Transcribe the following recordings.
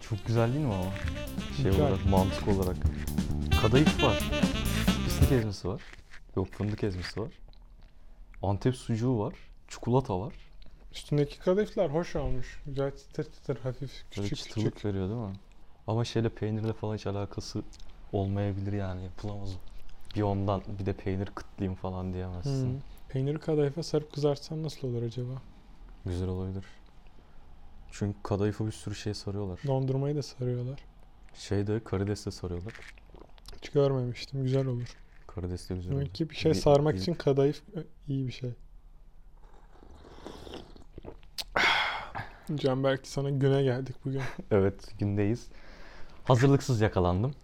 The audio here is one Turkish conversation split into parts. Çok güzel değil mi ama? Şey Güzel. olarak, mantık olarak. Kadayıf var. Pislik ezmesi var. Yok fındık ezmesi var. Antep sucuğu var. Çikolata var. Üstündeki kadayıflar hoş olmuş. Güzel çıtır çıtır hafif Böyle küçük çıtırlık küçük. veriyor değil mi? Ama şeyle peynirle falan hiç alakası olmayabilir yani yapılamaz. o. Bir ondan bir de peynir kıtlayayım falan diyemezsin. Hmm. Peyniri kadayıfa sarıp kızartsan nasıl olur acaba? Güzel olabilir. Çünkü kadayıfa bir sürü şey sarıyorlar. Dondurmayı da sarıyorlar. Şeyde karides de sarıyorlar. Hiç görmemiştim. Güzel olur. Karides de güzel Demek oluyor. ki bir şey Bir- sarmak bir- için kadayıf ö, iyi bir şey. Can belki sana güne geldik bugün. Evet gündeyiz. Hazırlıksız yakalandım.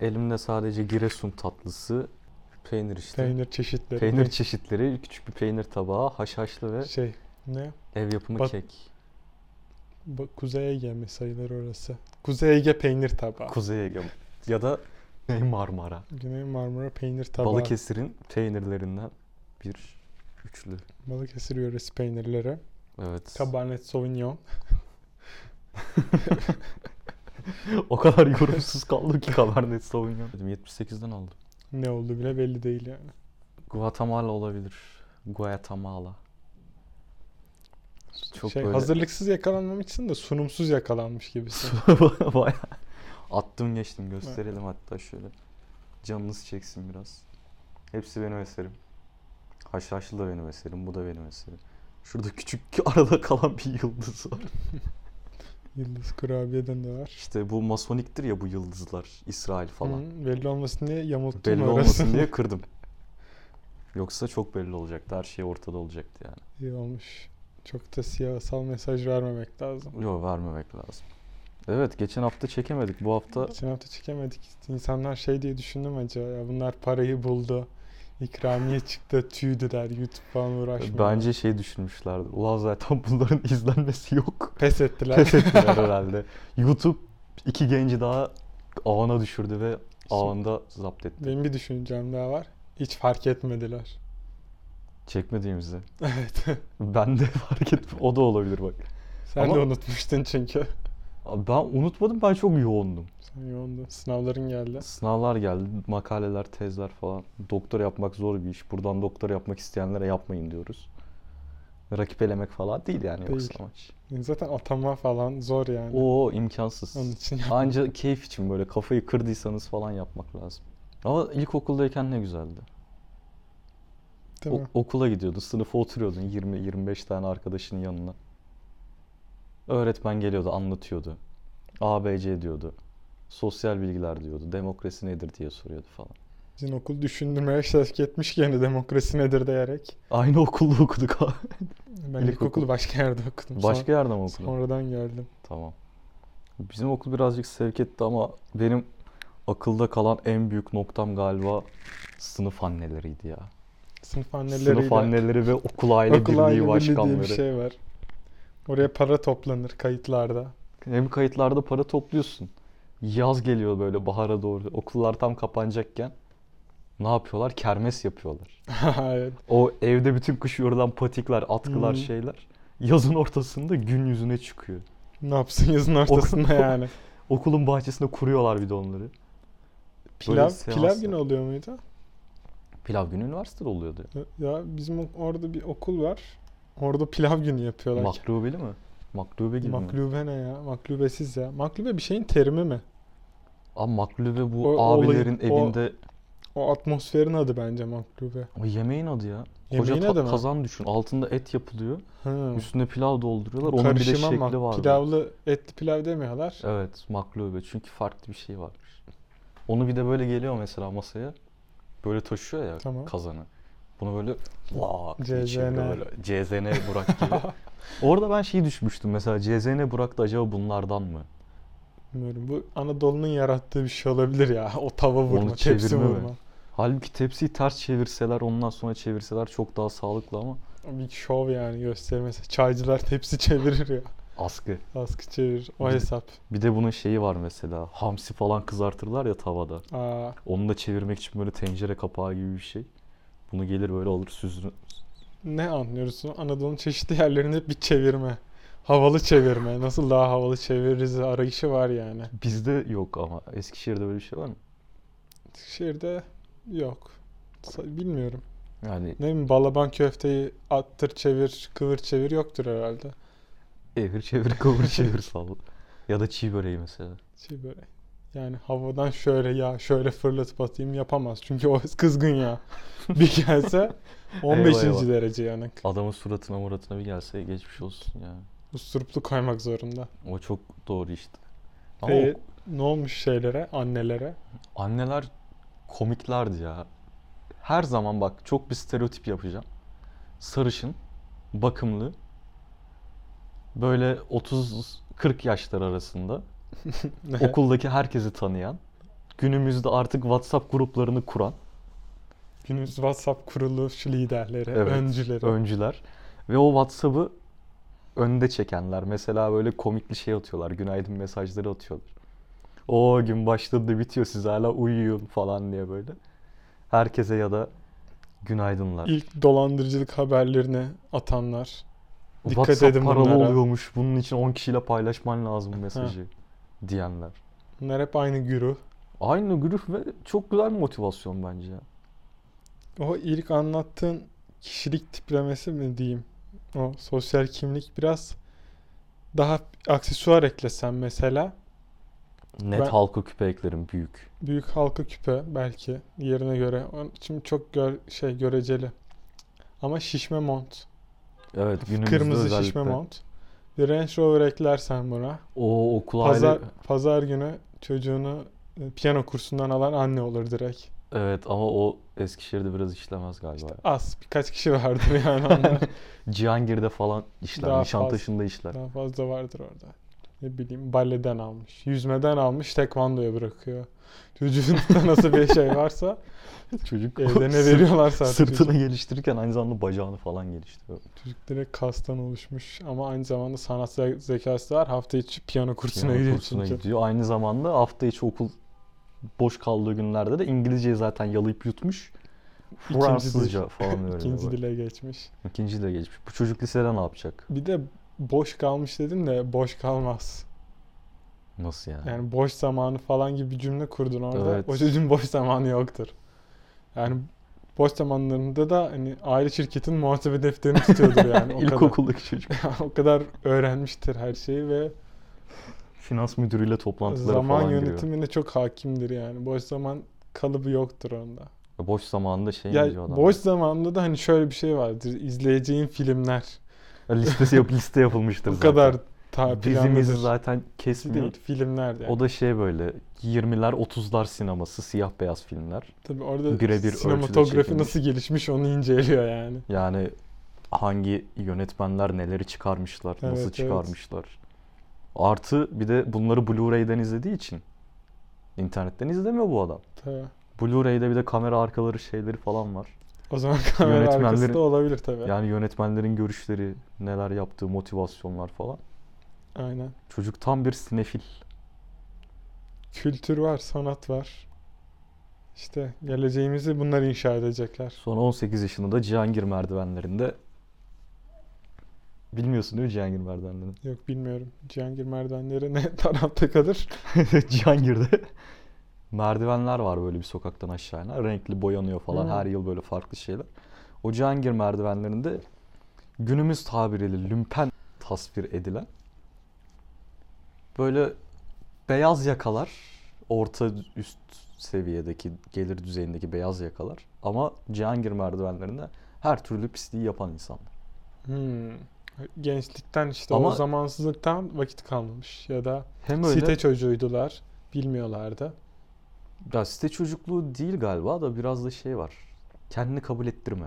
Elimde sadece Giresun tatlısı, peynir işte. Peynir, Peynir çeşitleri. çeşitleri, küçük bir peynir tabağı, haşhaşlı ve Şey ne? ev yapımı Bat- kek. Bu- Kuzey Ege mi sayılır orası? Kuzey Ege peynir tabağı. Kuzey Ege ya da Güney Marmara. Güney Marmara peynir tabağı. Balıkesir'in peynirlerinden bir üçlü. Balıkesir yöresi peynirleri. Evet. Cabernet Sauvignon. o kadar yorumsuz kaldım ki Cabernet Sauvignon. Dedim 78'den aldım. Ne oldu bile belli değil yani. Guatemala olabilir. Guatemala. Çok şey, böyle- Hazırlıksız yakalanmamışsın da sunumsuz yakalanmış gibisin. Bayağı attım geçtim gösterelim hatta şöyle. Canınız çeksin biraz. Hepsi benim eserim. Haşhaşlı da benim eserim, bu da benim eserim. Şurada küçük arada kalan bir yıldız var. Yıldız kurabiyeden de var. İşte bu masoniktir ya bu yıldızlar. İsrail falan. Hı, belli olmasın diye yamulttum Belli orasını. olmasın diye kırdım. Yoksa çok belli olacaktı. Her şey ortada olacaktı yani. İyi olmuş. Çok da siyasal mesaj vermemek lazım. Yok vermemek lazım. Evet geçen hafta çekemedik. Bu hafta Geçen hafta çekemedik. İnsanlar şey diye düşündüm acaba ya bunlar parayı buldu. İkramiye çıktı tüydüler. YouTube falan uğraşmıyor. bence şey düşünmüşlerdi. Ulan zaten bunların izlenmesi yok. pes ettiler. Pes ettiler herhalde. YouTube iki genci daha ağına düşürdü ve ağında zapt etti. Benim bir düşüncem daha var. Hiç fark etmediler. Çekmediğimizde. Evet. Ben de fark ettim. O da olabilir bak. Sen Ama- de unutmuştun çünkü. Abi Ben unutmadım ben çok yoğundum. Sen yoğundun. Sınavların geldi. Sınavlar geldi, makaleler, tezler falan. Doktor yapmak zor bir iş. Buradan doktor yapmak isteyenlere yapmayın diyoruz. Rakip elemek falan değil yani Değil. yoksa amaç. Zaten atama falan zor yani. Oo Onun imkansız. için yap- Anca keyif için böyle kafayı kırdıysanız falan yapmak lazım. Ama ilkokuldayken ne güzeldi. değil O- mi? okula gidiyordun, sınıfa oturuyordun 20-25 tane arkadaşının yanına. Öğretmen geliyordu, anlatıyordu. ABC diyordu. Sosyal bilgiler diyordu. Demokrasi nedir diye soruyordu falan. Sizin okul düşündürmeye sevk etmiş gene demokrasi nedir diyerek. Aynı okulda okuduk abi. Ben İlkokul. ilkokulu başka yerde okudum. Başka yerden mi okudun? Sonra, sonradan geldim. Tamam. Bizim okul birazcık sevk etti ama benim akılda kalan en büyük noktam galiba sınıf anneleriydi ya. Sınıf anneleriyle. Sınıf anneleri ve okul aile Okul birliği aile birliği diye başkanları. bir şey var. Oraya para toplanır kayıtlarda. Hem kayıtlarda para topluyorsun. Yaz geliyor böyle bahara doğru. Okullar tam kapanacakken ne yapıyorlar? Kermes yapıyorlar. evet. O evde bütün kış yorulan patikler, atkılar, Hmm. şeyler yazın ortasında gün yüzüne çıkıyor. Ne yapsın yazın ortasında yani. Okulun bahçesinde kuruyorlar bir de onları. Pilav, pilav seanslar. günü oluyor muydu? Pilav günü üniversitede oluyordu. Ya bizim o- orada bir okul var. Orada pilav günü yapıyorlar. Maklubeli mi? Maklube gibi mi? Maklube ne ya? Maklubesiz ya. Maklube bir şeyin terimi mi? Abi maklube bu O- o abilerin olayın- o- evinde O atmosferin adı bence maklube. o yemeğin adı ya. Koca Yemeğin ta- adı mı? kazan düşün. Altında et yapılıyor. Hı. Üstüne pilav dolduruyorlar. Bu Onun bir de karışıma şekli mak- vardı. Pilavlı etli pilav demiyorlar. Evet, maklube. Çünkü farklı bir şey varmış. Onu bir de böyle geliyor mesela masaya. Böyle taşıyor ya Tamam. kazanı. Bunu böyle laa diye CZN. çeviriyor böyle. CZN Burak gibi. Orada ben şeyi düşmüştüm mesela CZN Burak da acaba bunlardan mı? Bilmiyorum. Bu Anadolu'nun yarattığı bir şey olabilir ya. O tava vurma, tepsi çevirme mi? vurma. Halbuki tepsiyi ters çevirseler ondan sonra çevirseler çok daha sağlıklı ama Bir şov yani göstermesi. Çaycılar tepsi çevirir ya. askı. Askı çevirir. O Bir de- hesap. Bir de bunun şeyi var mesela hamsi falan kızartırlar ya tavada. Aa, Onu da çevirmek için böyle tencere kapağı gibi bir şey. Bunu gelir böyle alır süzülür. ne anlıyorsun? Anadolu'nun çeşitli yerlerinde bir çevirme. Havalı çevirme. Nasıl daha havalı çeviririz arayışı var yani. Bizde yok ama. Eskişehir'de böyle bir şey var mı? Eskişehir'de yok. Sa- Bilmiyorum. Yani Ne mi balaban köfteyi attır çevir kıvır çevir yoktur herhalde. evir çevir kavur çevir sal. Ya da çiğ böreği mesela. Şey böyle yani havadan şöyle ya şöyle fırlatıp atayım yapamaz. Çünkü o kızgın ya. Bir gelse 15. Eyvah, eyvah. derece yanık. Adamın suratına muratına bir gelse geçmiş olsun ya. Usturuplu kaymak zorunda. O çok doğru işte. Ama o- Ee, ne olmuş şeylere, annelere? Anneler komiklerdi ya. Her zaman bak çok bir stereotip yapacağım. Sarışın, bakımlı, böyle 30-40 yaşlar arasında okuldaki herkesi tanıyan, günümüzde artık WhatsApp gruplarını kuran Günümüz WhatsApp kuruluş liderleri, Evet, öncüleri. öncüler ve o WhatsApp'ı önde çekenler. Mesela böyle komikli şey atıyorlar, günaydın mesajları atıyorlar. O gün başladı bitiyor siz hala uyuyun falan diye böyle. Herkese ya da günaydınlar. İlk dolandırıcılık haberlerini atanlar. dikkat WhatsApp edin paralı bunlara. oluyormuş. Bunun için 10 kişiyle paylaşman lazım bu mesajı diyenler. Bunlar hep aynı güruh. Aynı grup ve çok güzel bir motivasyon bence. ya. O ilk anlattığın kişilik tiplemesi mi diyeyim? O sosyal kimlik biraz daha aksesuar eklesen mesela. Net Ben- halka küpe eklerim büyük. Büyük halka küpe belki yerine göre. Onun için çok gör, şey göreceli. Ama şişme mont. Evet günümüzde Kırmızı özellikle. şişme mont. Bir Range Rover eklersen buna. O okul Pazar, aile... pazar günü çocuğunu e, piyano kursundan alan anne olur direkt. Evet ama o Eskişehir'de biraz işlemez galiba. ya. Az birkaç kişi vardır yani onlar. Cihangir'de falan işler. Daha Nişantaşı'nda işler. Daha fazla vardır orada. Ne bileyim baleden almış, yüzmeden almış, tekvandoya bırakıyor. Çocuğun da nasıl bir şey varsa Çocuk evde ne veriyorlarsa artık Sırtını çocuk, geliştirirken aynı zamanda bacağını falan geliştiriyor. çocuk direkt kastan oluşmuş ama aynı zamanda sanatsal zekası da var. Hafta içi piyano kursuna Piyano gidiyor kursuna çünkü. gidiyor. Aynı zamanda hafta içi okul boş kaldığı günlerde de İngilizceyi zaten yalayıp yutmuş. dil. Fransızca falan öğreniyor. İkinci böyle. dile geçmiş. İkinci dile geçmiş. Bu çocuk lisede ne yapacak? Bir de boş kalmış dedim de boş kalmaz. Nasıl yani? Yani boş zamanı falan gibi bir cümle kurdun orada. Evet. O çocuğun boş zamanı yoktur. Yani boş zamanlarında da hani aile şirketin muhasebe defterini tutuyordur yani. O kadar, İlkokuldaki çocuk. o kadar öğrenmiştir her şeyi ve Finans müdürüyle toplantılara zaman falan giriyor. yönetimine çok hakimdir yani. Boş zaman kalıbı yoktur onda. Boş zamanında şey mi diyor Ya adam? boş zamanda da hani şöyle bir şey vardır. İzleyeceğin filmler. Ya Listesi yap, liste yapılmıştır Bu zaten. kadar ta Dizimizi planlıdır. zaten Dizi kesmiyor. değil, filmler yani. O da şey böyle 20'ler 30'lar sineması siyah beyaz filmler. Tabii orada birebir ölçüde sinematografi çekilmiş. nasıl gelişmiş onu inceliyor yani. Yani hangi yönetmenler neleri çıkarmışlar, Evet, nasıl evet. çıkarmışlar. Artı bir de bunları Blu-ray'den izlediği için internetten izlemiyor bu adam. Tabii. Blu-ray'de bir de kamera arkaları şeyleri falan var. O zaman kamera arkası Yönetmenlerin- da olabilir tabii. Yani yönetmenlerin görüşleri, neler yaptığı, motivasyonlar falan. Aynen. Çocuk tam bir sinefil. Kültür var, sanat var. İşte geleceğimizi bunlar inşa edecekler. Sonra 18 yaşında da Cihangir merdivenlerinde bilmiyorsun değil mi Cihangir merdivenlerini? Yok bilmiyorum. Cihangir merdivenleri ne tarafta kalır? Cihangir'de merdivenler var böyle bir sokaktan aşağı iner. Renkli boyanıyor falan. Hı. Her yıl böyle farklı şeyler. O Cihangir merdivenlerinde günümüz tabiriyle lümpen tasvir edilen böyle beyaz yakalar orta üst seviyedeki gelir düzeyindeki beyaz yakalar ama Cihangir merdivenlerinde her türlü pisliği yapan insanlar. Hmm. Gençlikten işte Ama- o zamansızlıktan vakit kalmamış ya da Hem öyle site çocuğuydular, bilmiyorlardı. Ya site çocukluğu değil galiba da biraz da şey var. Kendini kabul ettirme.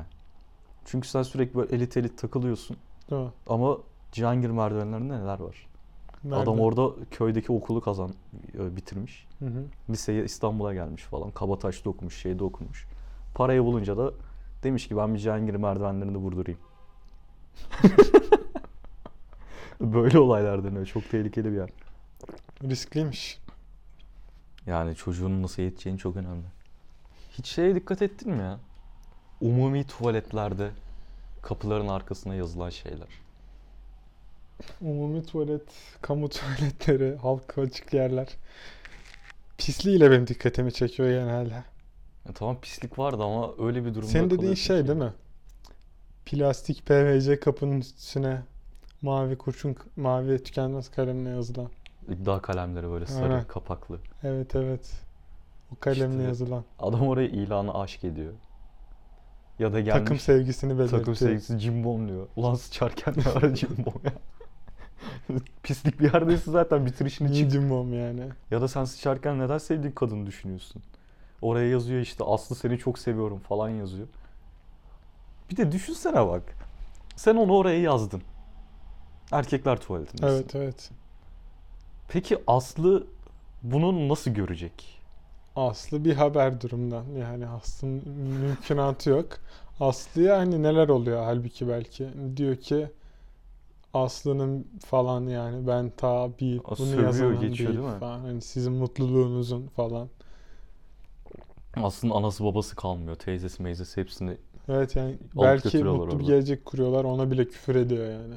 Çünkü sen sürekli böyle elit elit takılıyorsun. Değil mi? Ama Cihangir merdivenlerinde neler var? Nerede? Adam orada köydeki okulu kazan e, bitirmiş. Hı hı. Liseye İstanbul'a gelmiş falan. Kabataş'ta okumuş, şeyde okumuş. Parayı bulunca da demiş ki ben bir Cihangir merdivenlerini vurdurayım. Böyle olaylar dönüyor. Çok tehlikeli bir yer. Riskliymiş. Yani çocuğun nasıl yeteceğini çok önemli. Hiç şeye dikkat ettin mi ya? Umumi tuvaletlerde kapıların arkasına yazılan şeyler. Umumi tuvalet, kamu tuvaletleri, halka açık yerler. Pisliğiyle benim dikkatimi çekiyor genelde. Ya E, tamam pislik vardı ama öyle bir durumda Senin dediğin kalıyorsun şey ki. değil mi? Plastik PVC kapının üstüne mavi kurşun, mavi tükenmez kalemle yazılan. İddia kalemleri böyle sarı Aynen. kapaklı. Evet evet. O kalemle İşte yazılan. Adam oraya ilanı aşk ediyor. Ya da gelmiş Takım sevgisini belirtiyor. takım sevgisi cimbom diyor. Ulan sıçarken ne ara cimbom ya. Pislik bir yerdeyse zaten bitirişini çık. Medium mom yani. Ya da sen sıçarken neden sevdiğin kadını düşünüyorsun? Oraya yazıyor işte Aslı seni çok seviyorum falan yazıyor. Bir de düşünsene bak. Sen onu oraya yazdın. Erkekler tuvaletindesin. Evet evet. Peki Aslı bunu nasıl görecek? Aslı bir haber durumdan. Yani Aslı'nın mümkünatı yok. Aslı'ya hani neler oluyor halbuki belki. Diyor ki Aslı'nın falan yani ben ta bir O bunu sövüyor, yazanım geçiyor değil değil mi? falan. Hani sizin mutluluğunuzun falan. Aslı'nın anası babası kalmıyor. Teyzesi meyzesi hepsini. Evet yani belki götürüyorlar mutlu bir orada. gelecek kuruyorlar ona bile küfür ediyor yani.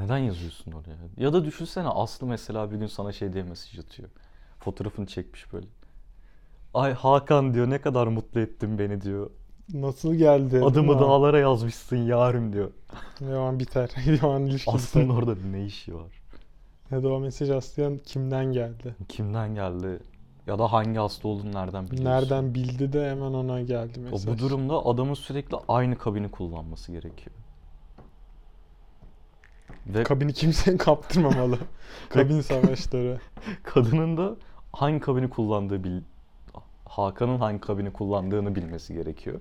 Neden yazıyorsun oraya? Ya da düşünsene Aslı mesela bir gün sana şey diye mesaj atıyor. Fotoğrafını çekmiş böyle. Ay Hakan diyor ne kadar mutlu ettin beni diyor. Nasıl geldi? Adımı Ama dağlara yazmışsın yarim diyor. Yaman biter. Yaman ilişki biter. Aslı'nın orada ne işi var? Ya da o mesaj Aslı'ya kimden geldi? Kimden geldi? Ya da hangi hasta olduğunu nereden biliyorsun? Nereden bildi de hemen ona geldi O mesaj. bu durumda adamın sürekli aynı kabini kullanması gerekiyor. Ve Kabini kimseye kaptırmamalı. Kabin savaşları. kadının da hangi kabini kullandığı bil Hakan'ın hangi kabini kullandığını bilmesi gerekiyor.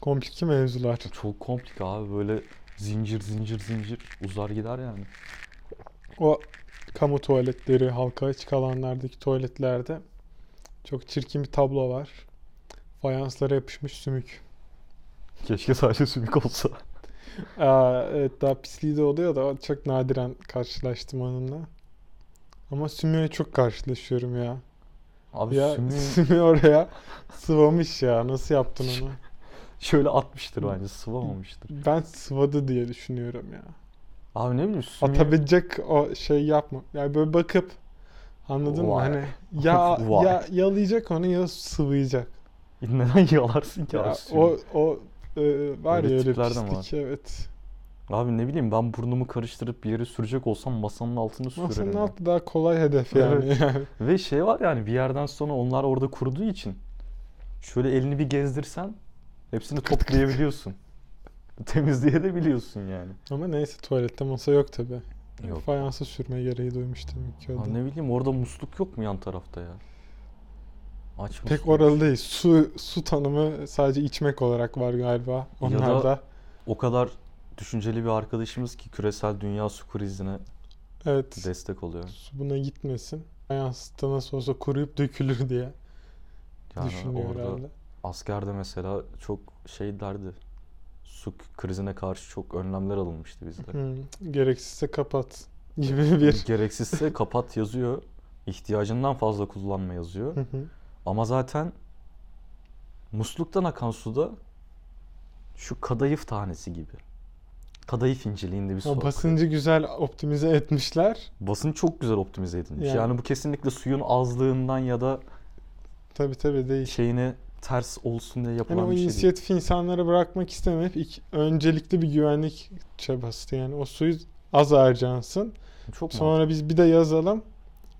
Komplike mevzular. Çok komplike abi böyle zincir zincir zincir uzar gider yani. O kamu tuvaletleri, halka açık alanlardaki tuvaletlerde çok çirkin bir tablo var. Fayanslara yapışmış sümük. Keşke sadece sümük olsa. Aa, evet daha pisliği de oluyor da çok nadiren karşılaştım onunla. Ama sümüğe çok karşılaşıyorum ya. Abi Ya sümüğü sümüğü oraya sıvamış ya. Nasıl yaptın onu? şöyle atmıştır bence sıvamamıştır. Ben sıvadı diye düşünüyorum ya. Abi ne bileyim sümüğü... Atabilecek o şey yapma. Yani böyle bakıp anladın mı? Vay. Hani ya Vay. ya yalayacak onu ya sıvayacak. Neden yalarsın ki Ya abi o sümüğü? o e, var Öyle ya öyle tipler de mi var? pislik evet. Abi ne bileyim ben burnumu karıştırıp bir yere sürecek olsam masanın altını sürerim. Masanın ya. altı daha kolay hedef yani. Yani Ve şey var yani bir yerden sonra onlar orada kuruduğu için şöyle elini bir gezdirsen hepsini toplayabiliyorsun. Temizleyebiliyorsun yani. Ama neyse tuvalette masa yok tabi. Yok. Fayansa sürme gereği duymuştum ki o da. Aa, ne bileyim orada musluk yok mu yan tarafta ya? Aç Pek musluk. oralı değil. Su su tanımı sadece içmek olarak var galiba. Ya Onlar da- da O kadar düşünceli bir arkadaşımız ki küresel dünya su krizine evet destek oluyor. su buna gitmesin. Fayansta nasıl olsa kuruyup dökülür diye Yani düşünüyor orada herhalde. askerde mesela çok şey derdi. Su krizine karşı çok önlemler alınmıştı bizde. Hmm, gereksizse kapat gibi bir. Gereksizse kapat yazıyor. İhtiyacından fazla kullanma yazıyor. Hı hı. Ama zaten musluktan akan suda şu kadayıf tanesi gibi. Kadayıf inceliğinde bir su o akıyor. basıncı güzel optimize etmişler. Basın çok güzel optimize edilmiş. Yani- Yani. bu kesinlikle suyun azlığından ya da Tabii tabii değil. şeyine ters olsun diye yapılan Yani Hani o bir şey değil. inisiyatifi insanlara bırakmak istemeyip ilk, öncelikli bir güvenlik çabası. Yani o suyu az harcansın. Çok mantıklı. Sonra biz bir de yazalım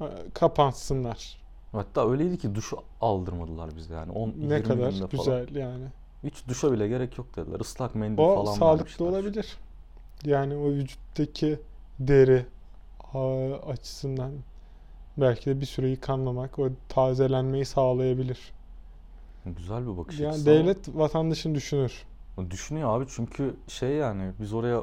e, kapansınlar. Hatta öyleydi ki duşu aldırmadılar bize yani. 10 Ne kadar günde falan. güzel yani. Hiç duşa bile gerek yok dediler. Islak mendil O falan sağlıklı vermişler. olabilir. Yani o vücuttaki deri a- açısından belki de bir süre yıkanmamak o tazelenmeyi sağlayabilir. Güzel bir bakış Yani açısı ama- devlet vatandaşın düşünür. Düşünüyor abi çünkü şey yani biz oraya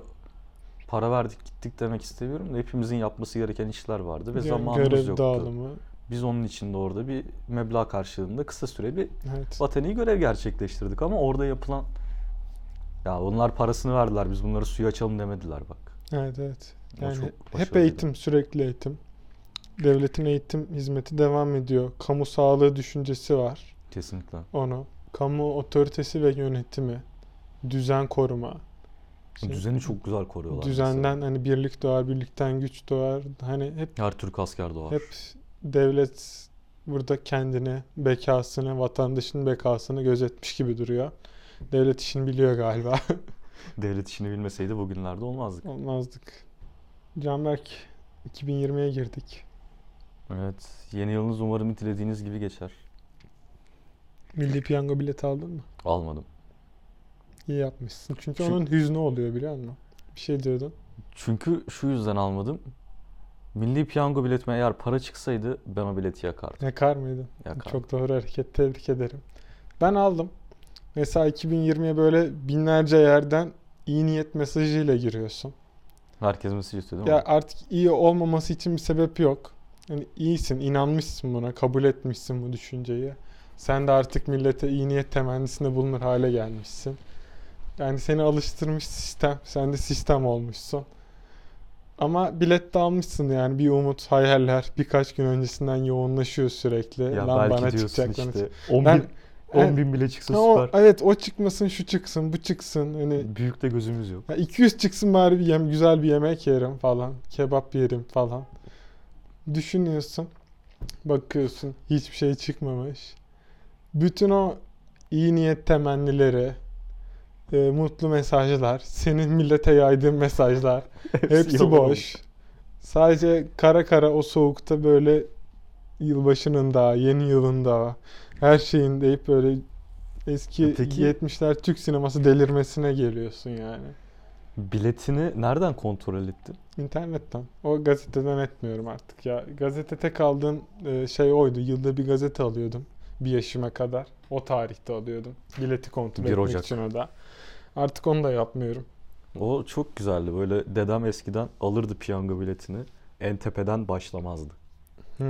para verdik gittik demek istemiyorum da hepimizin yapması gereken işler vardı ve Gö- zamanımız görev yoktu. dağılımı. Biz onun için de orada bir meblağ karşılığında kısa süreli Evet. vatani görev gerçekleştirdik ama orada yapılan ya onlar parasını verdiler biz bunları suya açalım demediler bak. Evet evet. O Yani çok hep başarılıydı. eğitim, sürekli eğitim. Devletin eğitim hizmeti devam ediyor. Kamu sağlığı düşüncesi var Kesinlikle. onu. Kamu otoritesi ve yönetimi, düzen koruma, şey- Düzeni çok güzel koruyorlar. mesela. düzenden hani birlik doğar, birlikten güç doğar. Hani hep Her Türk asker doğar. hep devlet burada kendini, bekasını, vatandaşın bekasını gözetmiş gibi duruyor. Devlet işini biliyor galiba. Devlet işini bilmeseydi bugünlerde olmazdık. Olmazdık. Canberk 2020'ye girdik. Evet. Yeni yılınız umarım dilediğiniz gibi geçer. Milli piyango bileti aldın mı? Almadım. İyi yapmışsın. Çünkü Şu- onun hüznü oluyor biliyor musun? Bir şey diyordun. Çünkü şu yüzden almadım. Milli piyango biletime eğer para çıksaydı ben o bileti yakardım. Yakar mıydın? Yakardım. Çok doğru hareket. Tebrik ederim. Ben aldım. Mesela 2020'ye böyle binlerce yerden iyi niyet mesajıyla giriyorsun. Herkes mesaj istiyor değil mi? Ya artık iyi olmaması için bir sebep yok. Yani iyisin, inanmışsın buna, kabul etmişsin bu düşünceyi. Sen de artık millete iyi niyet temennisinde bulunur hale gelmişsin. Yani seni alıştırmış sistem, sen de sistem olmuşsun. Ama bilet de almışsın yani bir umut, hayaller birkaç gün öncesinden yoğunlaşıyor sürekli. Ya Lan belki bana diyorsun çıkacak, bana işte çıkacak. 10 Ben- bin, 10 Evet. bin bile çıksa Ha, o- süper. Hmm. evet o çıkmasın, şu çıksın, bu çıksın. Hani Büyük de gözümüz yok. ya 200 çıksın bari bir yem, güzel bir yemek yerim falan. Kebap yerim falan. Düşünüyorsun. Bakıyorsun hiçbir şey çıkmamış. Bütün o iyi niyet temennileri, e, mutlu mesajlar, senin millete yaydığın mesajlar hepsi yalan boş. Sadece kara kara o soğukta böyle yılbaşının da, yeni yılın da, her şeyin deyip böyle eski Öteki- 70'ler Türk sineması delirmesine geliyorsun yani. Biletini nereden kontrol ettin? İnternetten. O gazeteden etmiyorum artık ya. Gazete tek aldığım e, şey oydu. Yılda bir gazete alıyordum. Bir yaşıma kadar. O tarihte alıyordum. Bileti kontrol 1 etmek Ocak. için o da. Artık onu da yapmıyorum. O çok güzeldi. Böyle dedem eskiden alırdı piyango biletini. En tepeden başlamazdı. Hmm.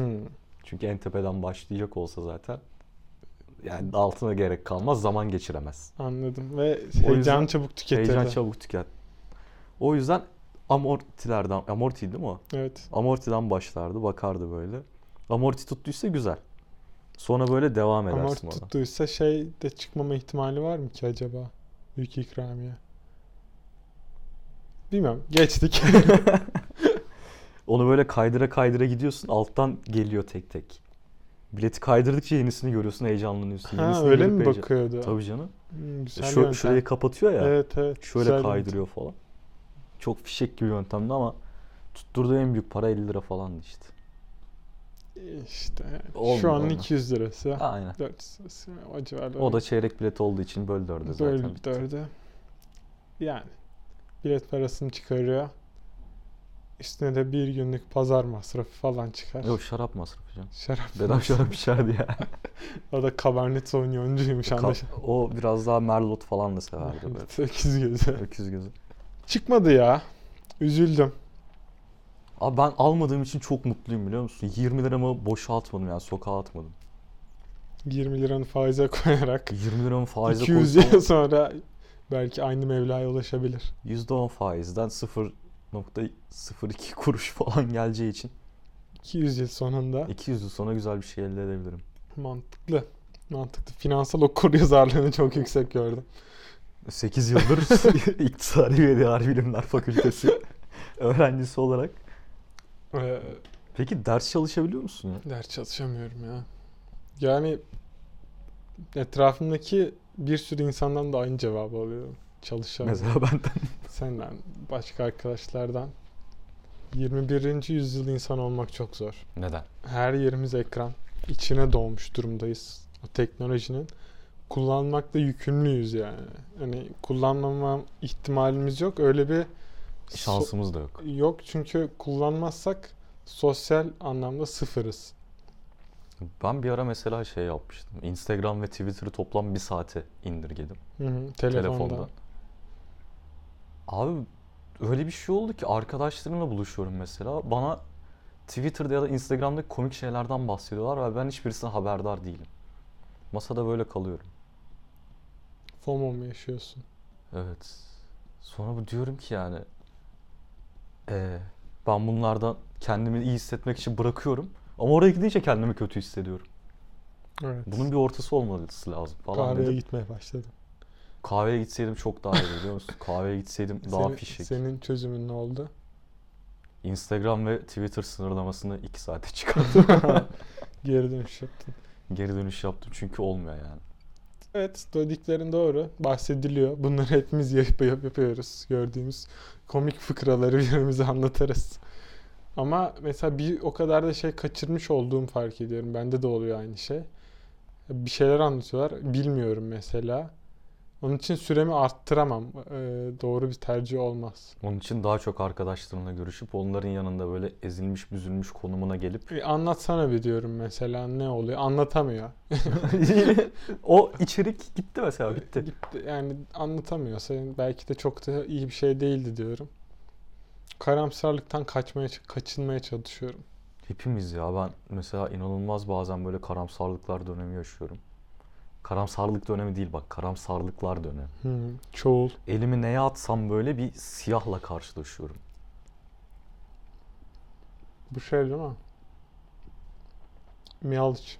Çünkü en tepeden başlayacak olsa zaten yani altına gerek kalmaz, zaman geçiremez. Anladım. Ve heyecan yüzden çabuk tüketirdi. Heyecan çabuk tüket. O yüzden amortilerden, amorti değil mi o? Evet. Amortiden başlardı, bakardı böyle. Amorti tuttuysa güzel. Sonra böyle devam edersin Amort ona. tuttuysa şey de çıkmama ihtimali var mı ki acaba? Büyük ikramiye. Bilmem. Geçtik. Onu böyle kaydıra kaydıra gidiyorsun, alttan geliyor tek tek. Bileti kaydırdıkça yenisini görüyorsun, heyecanlanıyorsun. ha, Yenisini öyle görüp mi heyecan- bakıyordu? Tabii canım. Hmm, güzel Şu, yöntem. şurayı kapatıyor ya. Evet evet. Şöyle güzel yöntem. kaydırıyor falan. Çok fişek gibi yöntemdi ama tutturduğu en büyük para 50 lira falandı işte. İşte Olmuyor, şu an olmuyor. 200 lirası. Aynen. 400 lirası o civarlarda. O da çeyrek bilet olduğu için böl dördü zaten. Böyle bitti. dörde. Yani bilet parasını çıkarıyor. Üstüne de bir günlük pazar masrafı falan çıkar. Yok şarap masrafı canım. Şarap. Dedem şarap içerdi ya. O da Cabernet Sauvignon'cuymuş anlaşılan. E, Ka- o biraz daha merlot falan da severdi böyle. Sekiz gözü. Öküz gözü. Çıkmadı ya. Üzüldüm. Abi ben almadığım için çok mutluyum biliyor musun? 20 liramı boşa atmadım yani sokağa atmadım. 20 liranı faize koyarak 20 liramı faize 200 koysam yıl sonra belki aynı mevlaya ulaşabilir. %10 faizden 0.02 kuruş falan geleceği için 200 yıl sonunda 200 yıl sonra güzel bir şey elde edebilirim. mantıklı. Mantıklı. Finansal okuryazarlığını çok yüksek gördüm. 8 yıldır İktisadi ve Diğer Bilimler Fakültesi öğrencisi olarak. Ee, Peki ders çalışabiliyor musun ya? ders çalışamıyorum ya. Yani etrafımdaki bir sürü insandan da aynı cevabı alıyorum. Çalışamıyorum. Mesela benden. Senden, başka arkadaşlardan. 21. yüzyıl insan olmak çok zor. Neden? Her yerimiz ekran. İçine doğmuş durumdayız. O teknolojinin. Kullanmakla yükümlüyüz yani. Hani kullanmama ihtimalimiz yok. Öyle bir so- Şansımız da yok. Yok çünkü kullanmazsak sosyal anlamda sıfırız. Ben bir ara mesela şey yapmıştım. Instagram ve Twitter'ı toplam bir saate indirgedim. Hı hı, telefonda. telefondan. Abi öyle bir şey oldu ki arkadaşlarımla buluşuyorum mesela. Bana Twitter'da ya da Instagram'da komik şeylerden bahsediyorlar ve ben hiçbirisine haberdar değilim. Masada böyle kalıyorum. FOMO mu yaşıyorsun? Evet. Sonra bu diyorum ki yani ee, ben bunlardan kendimi iyi hissetmek için bırakıyorum. Ama oraya gidince kendimi kötü hissediyorum. Evet. Bunun bir ortası olması lazım falan Kahveye dedim. gitmeye başladım. Kahveye gitseydim çok daha iyi biliyor musun? Kahveye gitseydim daha Senin, pişik. senin çözümün ne oldu? Instagram ve Twitter sınırlamasını 2 saate çıkardım. Geri dönüş yaptın. Geri dönüş yaptım çünkü olmuyor yani. Evet dediklerin doğru. Bahsediliyor. Bunları hepimiz yap yap- yapıyoruz. Gördüğümüz komik fıkraları birbirimize anlatarız. Ama mesela bir o kadar da şey kaçırmış olduğum fark ediyorum. Bende de oluyor aynı şey. Bir şeyler anlatıyorlar. Bilmiyorum mesela. Onun için süremi arttıramam. Ee, doğru bir tercih olmaz. Onun için daha çok arkadaşlarımla görüşüp onların yanında böyle ezilmiş büzülmüş konumuna gelip E, anlatsana bir diyorum mesela ne oluyor? Anlatamıyor. o içerik gitti mesela bitti. Gitti. Yani anlatamıyorsa belki de çok da iyi bir şey değildi diyorum. Karamsarlıktan kaçmaya kaçınmaya çalışıyorum. Hepimiz ya ben mesela inanılmaz bazen böyle karamsarlıklar dönemi yaşıyorum. Karamsarlık dönemi değil bak karamsarlıklar dönemi. Hmm, çoğul. Elimi neye atsam böyle bir siyahla karşılaşıyorum. Bu şey değil mi? Miyalç.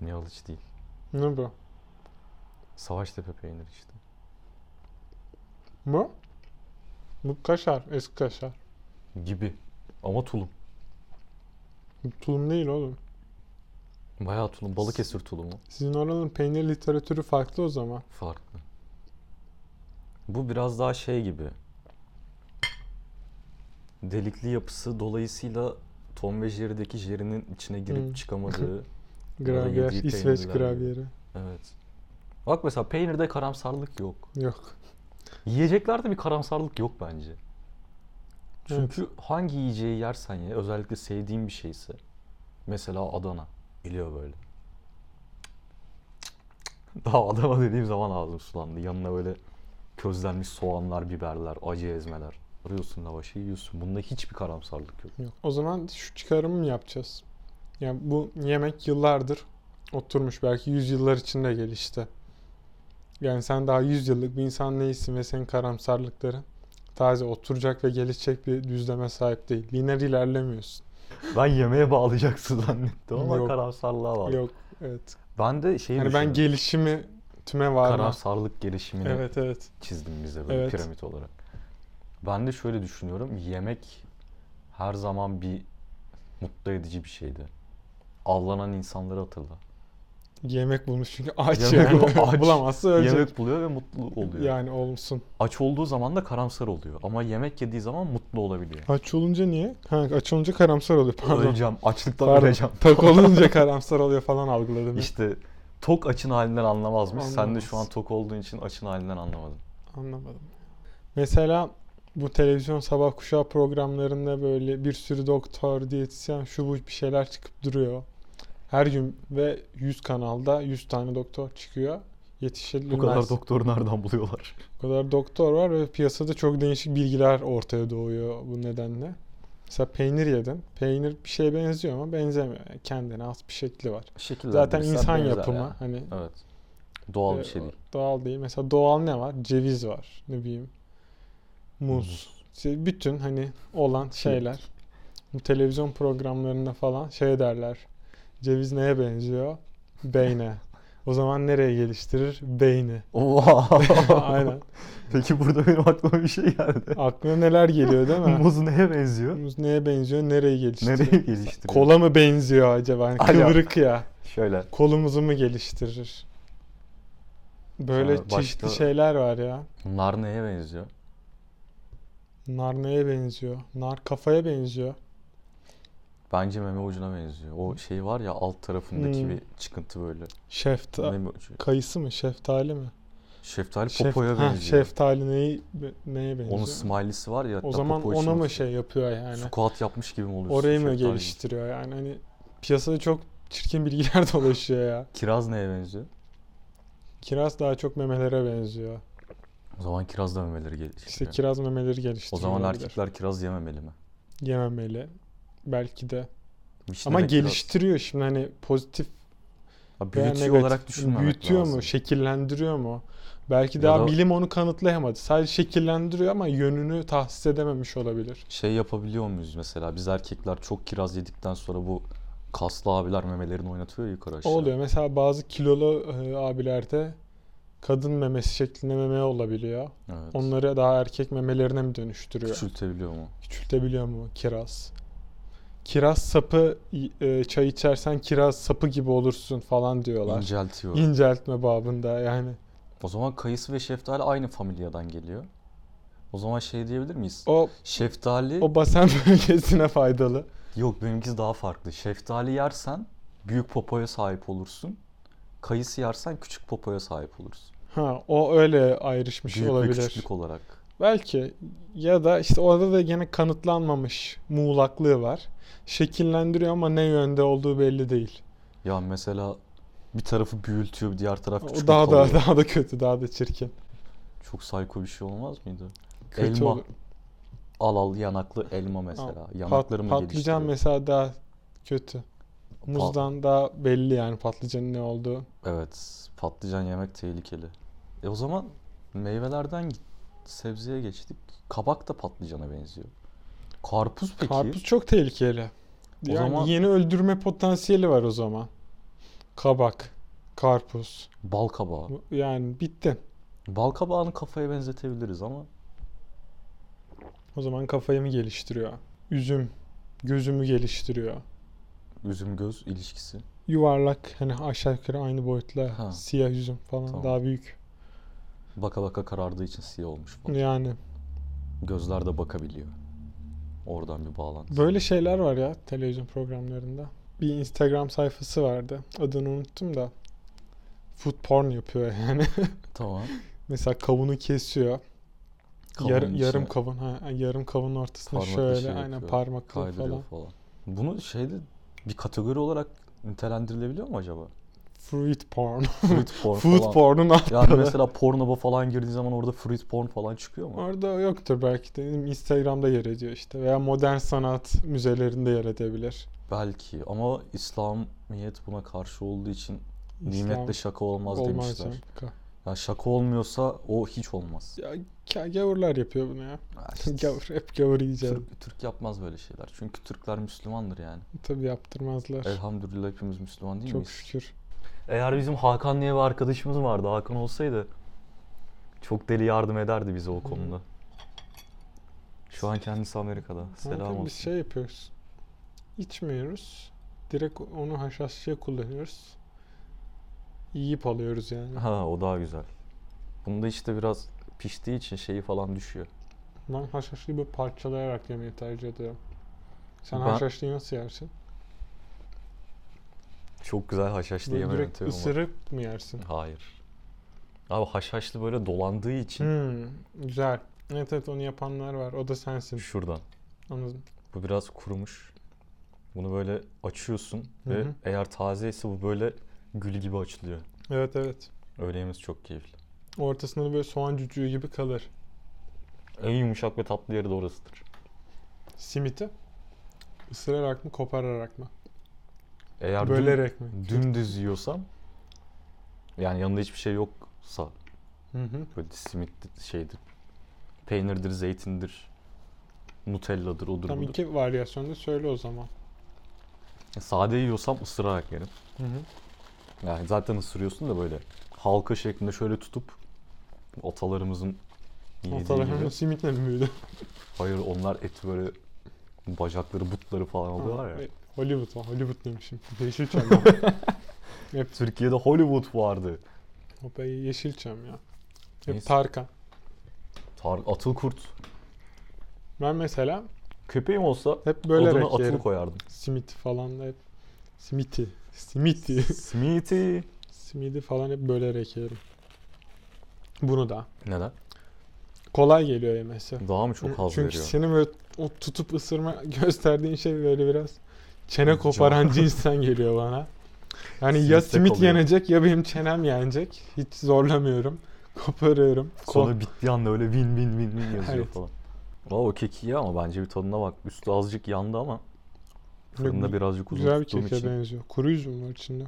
Ne alıcı değil. Ne bu? Savaştepe peyniri işte. Bu? Bu kaşar. Eski kaşar. Gibi. Ama tulum. Bu tulum değil oğlum. Bayağı tulum. Balıkesir tulumu. Sizin oranın peynir literatürü farklı o zaman. Farklı. Bu biraz daha şey gibi. Delikli yapısı dolayısıyla Tom ve Jerry'deki Jerry'nin içine girip Hmm. çıkamadığı. Gravyer. yediği İsveç peynirler gibi. gravyeri. Evet. Bak mesela peynirde karamsarlık yok. Yok. Yiyeceklerde bir karamsarlık yok bence. Çünkü hangi yiyeceği yersen ye, özellikle sevdiğin bir şeyse. Mesela Adana. Geliyor böyle. Daha Adana dediğim zaman ağzım sulandı. Yanına böyle közlenmiş soğanlar, biberler, acı ezmeler. Arıyorsun lavaşı yiyorsun. Bunda hiçbir karamsarlık yok. Yok. O zaman şu çıkarımı mı yapacağız? Yani bu yemek yıllardır oturmuş belki yüzyıllar içinde gelişti. Yani sen daha yüzyıllık bir insan değilsin ve senin karamsarlıkların taze oturacak ve gelişecek bir düzleme sahip değil. Lineer ilerlemiyorsun. Ben yemeğe bağlayacaksın zannettim ama Yok. karamsarlığa bağlı. Yok. Evet. Ben de şeyi Yani ben düşündüm. gelişimi tüme varmam. karamsarlık gelişimini Evet evet. çizdim bize böyle Evet. piramit olarak. Ben de şöyle düşünüyorum. Yemek her zaman bir mutlu edici bir şeydi. Avlanan insanları hatırla. Yemek bulmuş çünkü aç Yemek yemek aç. bulamazsa ölecek. Yemek buluyor ve mutlu oluyor. Yani olmuşsun. Aç olduğu zaman da karamsar oluyor. Ama yemek yediği zaman mutlu olabiliyor. Aç olunca niye? Ha, aç olunca karamsar oluyor. Pardon. Öleceğim. Açlıktan Pardon. öleceğim. Tok olunca karamsar oluyor falan algıladım. ya. İşte tok açın halinden anlamazmış. Sen de şu an Anlamaz. tok olduğun için açın halinden anlamadın. Anlamadım. Mesela bu televizyon sabah kuşağı programlarında böyle bir sürü doktor, diyetisyen, şu bu bir şeyler çıkıp duruyor. Her gün ve 100 kanalda 100 tane doktor çıkıyor. Yetişebilmez. Bu kadar doktoru nereden buluyorlar? Bu kadar doktor var ve piyasada çok değişik bilgiler ortaya doğuyor bu nedenle. Mesela peynir yedin. Peynir bir şeye benziyor ama benzemiyor. Yani kendine has bir şekli var. Zaten Şekillendirirsen insan benzer yapımı yani. hani Evet. Doğal ee, bir şey değil. Doğal değil. Mesela doğal ne var? Ceviz var. Ne bileyim. Muz. İşte bütün hani olan şeyler. Bu televizyon programlarında falan şey derler. Ceviz neye benziyor? Beyne. O zaman nereye geliştirir? Beyni. Oha. Aynen. Peki burada benim aklıma bir şey geldi. Aklına neler geliyor değil mi? Muz neye benziyor? Muz neye benziyor? Nereye geliştirir? Nereye geliştiriyor? Kola mı benziyor acaba? Hani Acaba. kıvırık ya. Şöyle. Kolumuzu mu geliştirir? Böyle Sonra başka- çeşitli şeyler var ya. Nar neye benziyor? Nar neye benziyor? Nar kafaya benziyor. Bence meme ucuna benziyor. O şey var ya alt tarafındaki Hmm. bir çıkıntı böyle. Şefta Meme ucu. kayısı mı? Şeftali mi? Şeftali Şef- popoya Ha, benziyor. şeftali neyi, be- neye benziyor? Onun smiley'si var ya. hatta o zaman popo ona için mı atıyor. şey yapıyor yani? Squat yapmış gibi mi oluyorsun? Orayı mı şeftali? geliştiriyor yani? Hani piyasada çok çirkin bilgiler dolaşıyor ya. Kiraz neye benziyor? Kiraz daha çok memelere benziyor. O zaman kiraz da memeleri geliştiriyor. İşte kiraz memeleri o geliştiriyor. zaman olabilir. erkekler kiraz yememeli mi? yememeli belki de. Vişne Ama ve kiraz. geliştiriyor şimdi hani pozitif Ha, veya büyütüyor negatif. olarak düşünmemek Büyütüyor lazım. mu, şekillendiriyor mu? Belki Ya daha da- bilim onu kanıtlayamadı. Sadece şekillendiriyor ama yönünü tahsis edememiş olabilir. Şey yapabiliyor muyuz mesela biz erkekler çok kiraz yedikten sonra bu kaslı abiler memelerini oynatıyor ya yukarı O aşağı. oluyor. Mesela bazı kilolu e, abilerde kadın memesi şeklinde meme olabiliyor. Evet. Onları daha erkek memelerine mi dönüştürüyor? Küçültebiliyor mu? Küçültebiliyor mu kiraz? Kiraz sapı e, çay içersen kiraz sapı gibi olursun falan diyorlar. İnceltiyor. İnceltme babında yani. o zaman kayısı ve şeftali aynı familyadan geliyor. O zaman şey diyebilir miyiz? O Şeftali o basen bölgesine faydalı. Yok benimkisi daha farklı. Şeftali yersen büyük popoya sahip olursun. Kayısı yersen küçük popoya sahip olursun. Ha o öyle ayrışmış büyük şey olabilir. ve küçüklük olarak. Belki ya da işte orada da gene kanıtlanmamış muğlaklığı var. Şekillendiriyor ama ne yönde olduğu belli değil. Ya mesela bir tarafı büyültüyor, diğer taraf küçük o daha kalıyor. da daha da kötü, daha da çirkin. E, Çok psycho bir şey olmaz mıydı? Kötü elma. olur. Al al yanaklı elma mesela. Pat, Yanaklarımı patlıcan geliştiriyor. mesela daha kötü. Pa- Muzdan daha belli yani patlıcanın ne olduğu. Evet, patlıcan yemek tehlikeli. E o zaman meyvelerden git- sebzeye geçtik. Kabak da patlıcana benziyor. Karpuz peki? Karpuz çok tehlikeli. O Yani zaman- yeni öldürme potansiyeli var o zaman. Kabak, karpuz. Bal kabağı. Bu- Yani bittin. Bal kabağını kafaya benzetebiliriz ama O zaman kafayı mı geliştiriyor? Üzüm gözümü geliştiriyor. üzüm göz ilişkisi. Yuvarlak hani aşağı yukarı aynı boyutla Ha. siyah üzüm falan Tamam. daha büyük. Baka baka karardığı için siyah olmuş bal. Yani Gözler de bakabiliyor. Oradan bir bağlantı. böyle şeyler var ya televizyon programlarında. Bir Instagram sayfası vardı. Adını unuttum da. Food porn yapıyor yani. Tamam. Mesela kavunu kesiyor. Kavunun Yarım, içine yarım kavun. Ha, yarım kavunun ortasına Parmakla şöyle şey aynen yapıyor, parmakla kaydırıyor falan. falan. Bunu şeyde bir kategori olarak nitelendirilebiliyor mu acaba? Fruit porn. Fruit porn Food falan. porn'un altı. Yani mesela Pornhub'a falan girdiğin zaman orada fruit porn falan çıkıyor mu? Orada yoktur belki de. Instagram'da yer ediyor işte. Veya modern sanat müzelerinde yer edebilir. Belki ama İslamiyet buna karşı olduğu için nimetle şaka olmaz, demişler. canım. Ya şaka olmuyorsa o hiç olmaz. Ya, ka- gavurlar yapıyor bunu ya. Ya işte Gavur, hep gavur yiyeceğiz. Türk, Türk yapmaz böyle şeyler. Çünkü Türkler Müslümandır yani. Tabii yaptırmazlar. Elhamdülillah hepimiz Müslüman değil Çok miyiz? şükür. Eğer bizim Hakan diye bir arkadaşımız vardı, Hakan olsaydı çok deli yardım ederdi bize o konuda. Şu an kendisi Amerika'da. Selam Zaten olsun. Biz şey yapıyoruz. İçmiyoruz. Direkt onu haşhaşçıya kullanıyoruz. Yiyip alıyoruz yani. Ha o daha güzel. Bunda işte biraz piştiği için şeyi falan düşüyor. Ben haşhaşlıyı böyle parçalayarak yemeyi tercih ediyorum. Sen Ben- haşhaşlıyı nasıl yersin? Çok güzel haşhaşlı Böyle yeme direkt yöntemi var. ısırıp mı yersin? Hayır. Abi haşhaşlı böyle dolandığı için Hmm, güzel. Evet evet onu yapanlar var. O da sensin. şuradan. Anladım. Bu biraz kurumuş. Bunu böyle açıyorsun ve Hı hı. eğer taze ise bu böyle gül gibi açılıyor. Evet evet. Öğleyimiz çok keyifli. Ortasında da böyle soğan cücüğü gibi kalır. En yumuşak ve tatlı yeri de orasıdır. Simiti ısırarak mı kopararak mı? Eğer düm- Bölerek mi? dümdüz yiyorsam yani yanında hiçbir şey yoksa Hı hı. böyle simit şeydir, peynirdir, zeytindir, nutelladır, odur Tam budur. iki varyasyonda söyle o zaman. Sade yiyorsam ısırarak yerim. Hı hı. Yani zaten ısırıyorsun da böyle halka şeklinde şöyle tutup atalarımızın yediği Ortalarında gibi. simitle mi büyüdü? Hayır onlar eti böyle bacakları, butları falan alıyorlar ya. E, Hollywood var. Hollywood demişim. Yeşilçam ya. Hep, Türkiye'de Hollywood vardı. hop, e, Yeşilçam ya. Hep Neyse. Tarkan. Tar- atıl kurt. Ben mesela Köpeğim olsa hep adına bölerek atıl yerim. koyardım. Simiti falan da hep. Simiti. Simiti. Smithy. Simidi falan hep bölerek yerim. Bunu da. Neden? Kolay geliyor yemesi. Daha mı çok haz E, Çünkü veriyor? senin böyle o tutup ısırma gösterdiğin şey böyle biraz çene koparan cinsten geliyor bana. Yani ya Simit de simit kalıyor. yenecek ya benim çenem yenecek. Hiç zorlamıyorum. Koparıyorum. Ko- Sonra bittiği anda öyle win win win win yazıyor Evet. falan. Valla o kek iyi ama bence bir tadına bak. Üstü azıcık yandı ama fırında Yok, birazcık uzun Güzel bir tuttuğum keke için. benziyor. Kuru üzüm var içinde.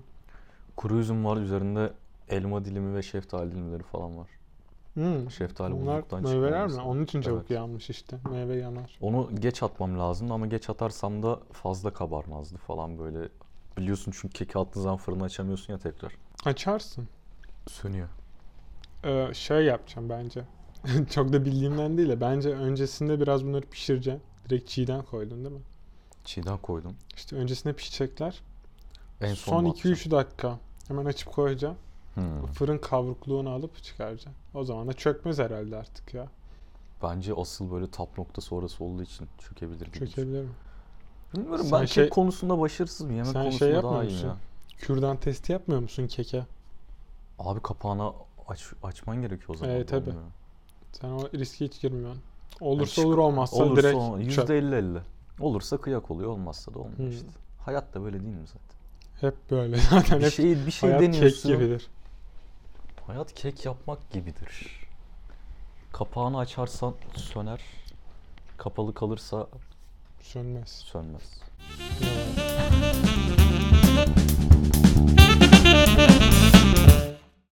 Kuru üzüm var üzerinde elma dilimi ve şeftali dilimleri falan var. Hmm. Şeftali Bunlar buzluktan çıkma meyveler mi? mesela. Onun için çabuk Evet. yanmış işte. Meyve yanar. Onu geç atmam lazım ama geç atarsam da fazla kabarmazdı falan böyle. Biliyorsun çünkü keki attığın zaman fırını açamıyorsun ya tekrar. Açarsın. Sönüyor. Ee, şey yapacağım bence. Çok da bildiğimden değil de bence öncesinde biraz bunları pişireceğim. Direkt çiğden koydun değil mi? Çiğden koydum. İşte öncesinde pişecekler. En son, Son batacağım. 2-3 dakika. Hemen açıp koyacağım. Hmm. Fırın kavrukluğunu alıp çıkaracağım. O zaman da çökmez herhalde artık ya. Bence asıl böyle tap noktası orası olduğu için çökebilir gibi. düşün. Çökebilir mi? Bilmiyorum Sen ben kek şey- konusunda başarısızım. Yemek Sen şey konusunda yapmıyor daha iyiyim musun? ya. Kürdan testi yapmıyor musun keke? Abi kapağını aç, açman gerekiyor o zaman. Evet, tabii. olmuyor. Sen o riske hiç girmiyorsun. Olursa çık- olur olmazsa Olursa direkt o- çöp. %50-50. Olursa kıyak oluyor olmazsa da olmuyor Hmm. işte. Hayat da böyle değil mi zaten? Hep böyle zaten Bir hep şey, bir şey hayat kek deniyorsun. gibidir. Hayat kek yapmak gibidir. Kapağını açarsan söner. Kapalı kalırsa Sönmez. sönmez. Yalan.